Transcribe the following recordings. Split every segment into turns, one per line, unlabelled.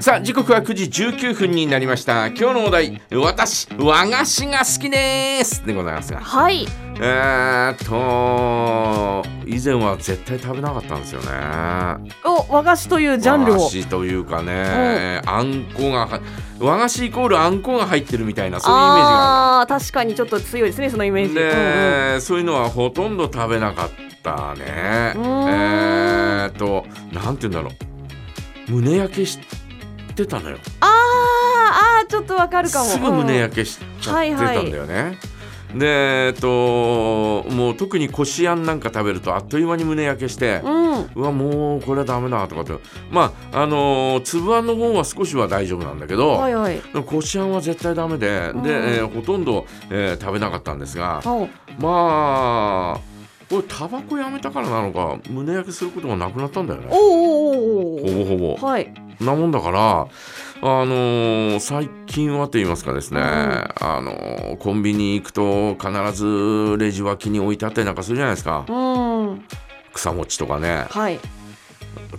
さあ時刻は9時19分になりました今日のお題私和菓子が好きですでございますが
はい
えーっと以前は絶対食べなかったんですよね
お和菓子というジャンル
和
を
菓子というかねあんこがは和菓子イコールあんこが入ってるみたいなそういうイメージがある
ああ確かにちょっと強いですねそのイメージ、
ね
うんうん
えそういうのはほとんど食べなかったね。え
うーん
ーっとなんて言うんだろう胸焼けしてたのよ。
あーあーちょっとわかるかも
すぐ胸焼けしちゃってたんだよね。でえっともう特にこしあんなんか食べるとあっという間に胸焼けして
う。ん、うん
うわもうこれはダメだとかってまああのー粒あんの方は少しは大丈夫なんだけど、
はいはい
でもこしあんは絶対ダメで、
うん
で、えーほとんど、えー食べなかったんですが
お
まあこれタバコやめたからなのか胸焼けすることがなくなったんだよね
おーおーおー
ほぼ
お
ほぼ
ーはい
なもんだから、あのー最近はと言いますかですね、
うん
あのーコンビニ行くと必ずレジ脇に置いてあったりなんかするじゃないですか
うん
草餅とかね
はい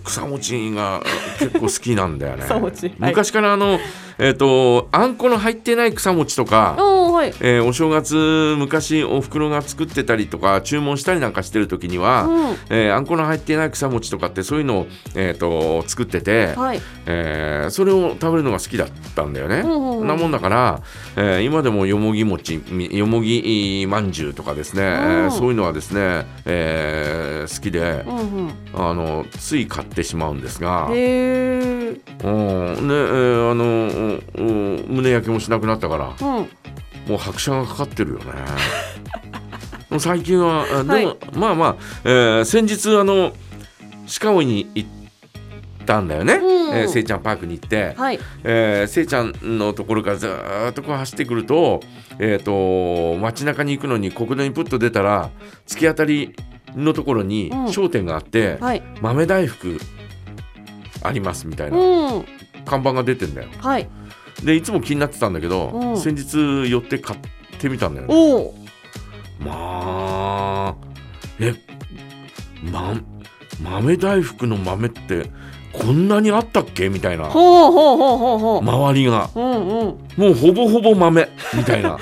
草餅が結構好きなんだよね
草餅はい
昔からあのえっ、とあんこの入ってない草餅とか、
おーはい
えーお正月昔お袋が作ってたりとか注文したりなんかしてる時には、
う
えーあんこの入ってない草餅とかってそういうのを、えー、と作ってて
ん、はい
えーそれを食べるのが好きだったんだよね。
うんうんうん
なもんだから、えー今でもよもぎ餅みよもぎまんじゅうとかですね、えー
うん
そういうのはですね、えー好きで
う、んうん
あのつい買ってしまうんですが、
へえ
うんねえーあのうんうん胸焼けもしなくなったから
うん
もう拍車がかかってるよね。 もう最近はあでも、
はい
まあまあ、えー先日あの鹿追いに行ったんだよね、
うん
えーせいちゃんパークに行って。
はい
えー、せいちゃんのところからずーっとこう走ってくると,、えー、と街中に行くのに国道にプッと出たら突き当たりのところに
うん
商店があって、
はい
豆大福ありますみたいうなん看板が出てんだよ
はい
でいつも気になってたんだけど、
うん
先日寄って買ってみたんだよね
おお
まあえま豆大福の豆ってこんなにあったっけみたいな
ほうほうほうほうほう
周りが
うんうん
もうほぼほぼ豆みたいな。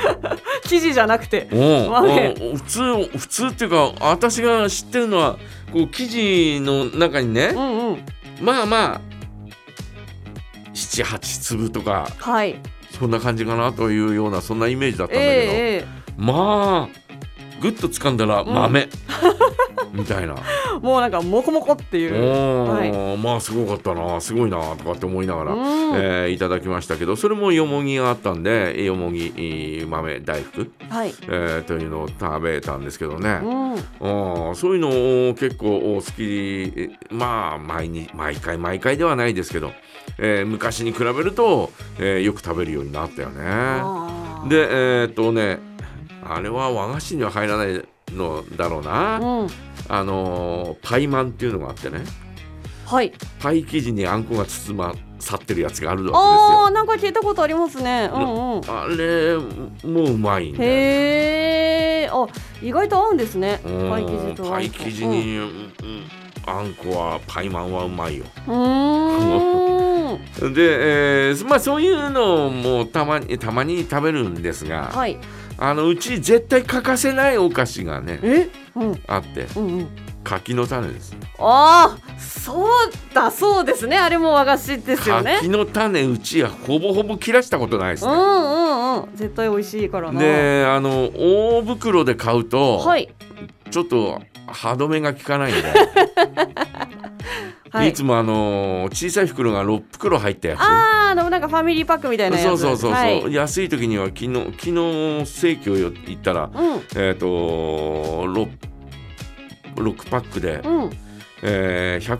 生地じゃなくて
うん
豆
うん普通普通っていうか私が知ってるのはこう生地の中に
う
ね
んうん
まあまあ78粒とか
はいえ
そんな感じかなというようなそんなイメージだったんだけど、
ええ
まあグッと掴んだら
うん
豆、みたいな、
えもうなんかモコモコって
う
いう
ん
は
まあすごかったなすごいなとかって思いながら、
うん
えーいただきましたけどそれもよもぎがあったんでよもぎえー豆大福、
はい
えーというのを食べたんですけどね。
うん
うんそういうのを結構好きえまあ毎日毎回毎回ではないですけど、えー昔に比べると、えーよく食べるようになったよね。
あー
でえーっとねあれは和菓子には入らないのだろう
う
な、
ん
あのーパイマンっていうのがあってね
はい
パイ生地にあんこが包まさってるやつがある
あ
わ
あなんか聞いたことありますねうんうん
けですよ。あれもううまいんだよね
へえあ意外と合うんですね
うん
パイ生地と
パイ生地に、うんうんあんこはパイマンはうまいよ。
うんう ーん
で、えーまあそういうのもたまにたまに食べるんですが、
はい
あのうち絶対欠かせないお菓子がね
えうん
あって
うんうん
柿の種です
ああそうだそうですねあれも和菓子ですよね
柿の種うちはほぼほぼ切らしたことないです
うん
ね、
うんうん絶対美味しいからな
であの大袋で買うと、
はい
ちょっと歯止めが効かないんで、
はい
い、つもあの小さい袋が6袋入ったやつ
あーあのなんかファミリーパックみたいなやつ
そうそうそうそう、
はい、
安い時には昨日昨日正規を行ったら
う
えっ、と 6, 6パックで、
んうん
えー、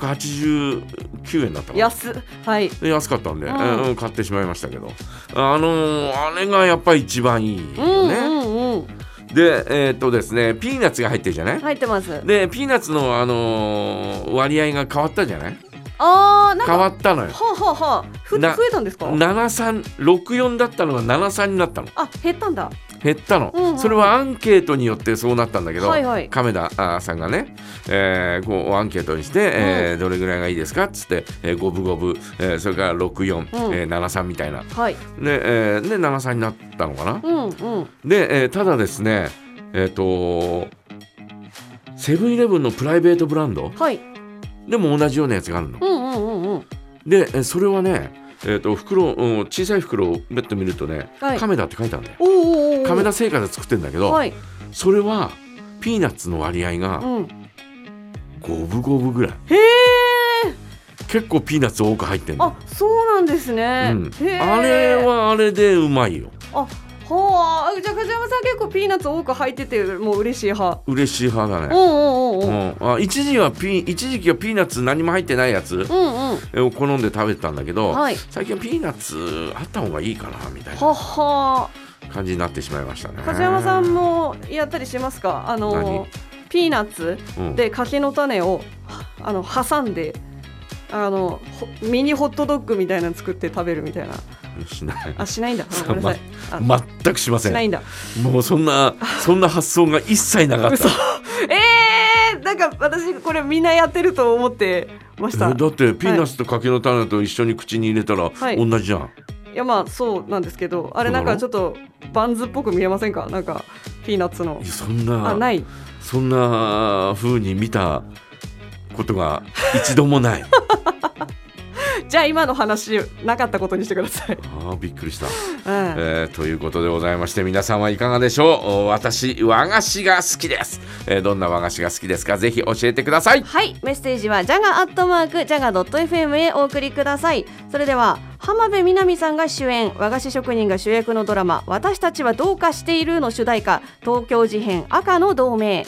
189円だったかな
安っはい
で安かったんで、
うん
えーうん買ってしまいましたけどあのーあれがやっぱり一番いい
うん
よね、
うんうん
でえっ、とですねピーナッツが入ってるじゃない、
入ってます
でピーナッツの、あのー割合が変わったじゃない
ああなんか
変わ
は
ったのよ
あ、はあはあ、ふ増
な
えたんですか
7364だったのが73になったの
あ減ったんだ
減ったの、
うんうん
それはアンケートによってそうなったんだけど、
はいはい
亀田あさんがね、えーこうアンケートにして、えーどれぐらいがいいですかっつって、えー、五分五分、えーそれから6473、
うん
えー73みたいな
はい。
で,、えーで73になったのかな、
うんうん。
で、えーただですねえっ、とセブンイレブンのプライベートブランド
はい。
でも同じようなやつがあるの
う。んうんうんうん。
でえーそれはね、えー、と袋うん小さい袋をベッド見るとね、
はい
亀田って書いてあるんだよ。
おーおーおー。
亀田製菓で作ってるんだけど、
はい。
それはピーナッツの割合が
うん。
五分五分ぐらい
へえ。
結構ピーナッツ多く入ってんの
あ、そうなんです
う
ね。
ん、
へえ。
あれ。はあれでうまいよ
あ、はあ。じゃあ梶山さん結構ピーナッツ多く入っててもう嬉しい派。
嬉しい派だ
うん
ね、
うんうん
う
うん。
んあ一時はピー一時期はピーナッツ何も入ってないやつ
うんうん。
を好んで食べてたんだけど、
はい
最近はピーナッツあった方がいいかなみたいな
はは。
感じになってしまいましたね
梶山さん、もやったりしますか。あのピーナッツ
うん
で柿の種をあの挟んで。あのほミニホットドッグみたいなの作って食べるみたいな
しない
あしないんだ
そう
ごめんなさいあ
全くしませ
しない
ん
んだ
もうそんなそんな発想が一切なかった
嘘 えー、なんか私これみんなやってると思ってまし
え
たい
だってピーナッツと柿の種と一緒に口に入れたら
はい
同じじゃん、
やまあそうなんですけどあれなんかちょっとバンズっぽく見えませんかなんかピーナッツの
いやそん
あ
な
ない
そんな風に見たことが一度もない
じゃあ今の話なかったことにしてください、
あーびっくりした、
うん
えーということでございまして皆さんはいかがでしょうお私和菓子が好きです、えーどんな和菓子が好きですかぜひ教えてください
はいメッセージはジャガアットマークジャガドット FM へお送りくださいそれでは浜辺美波さんが主演和菓子職人が主役のドラマ「私たちはどうかしている」の主題歌東京事変赤の同盟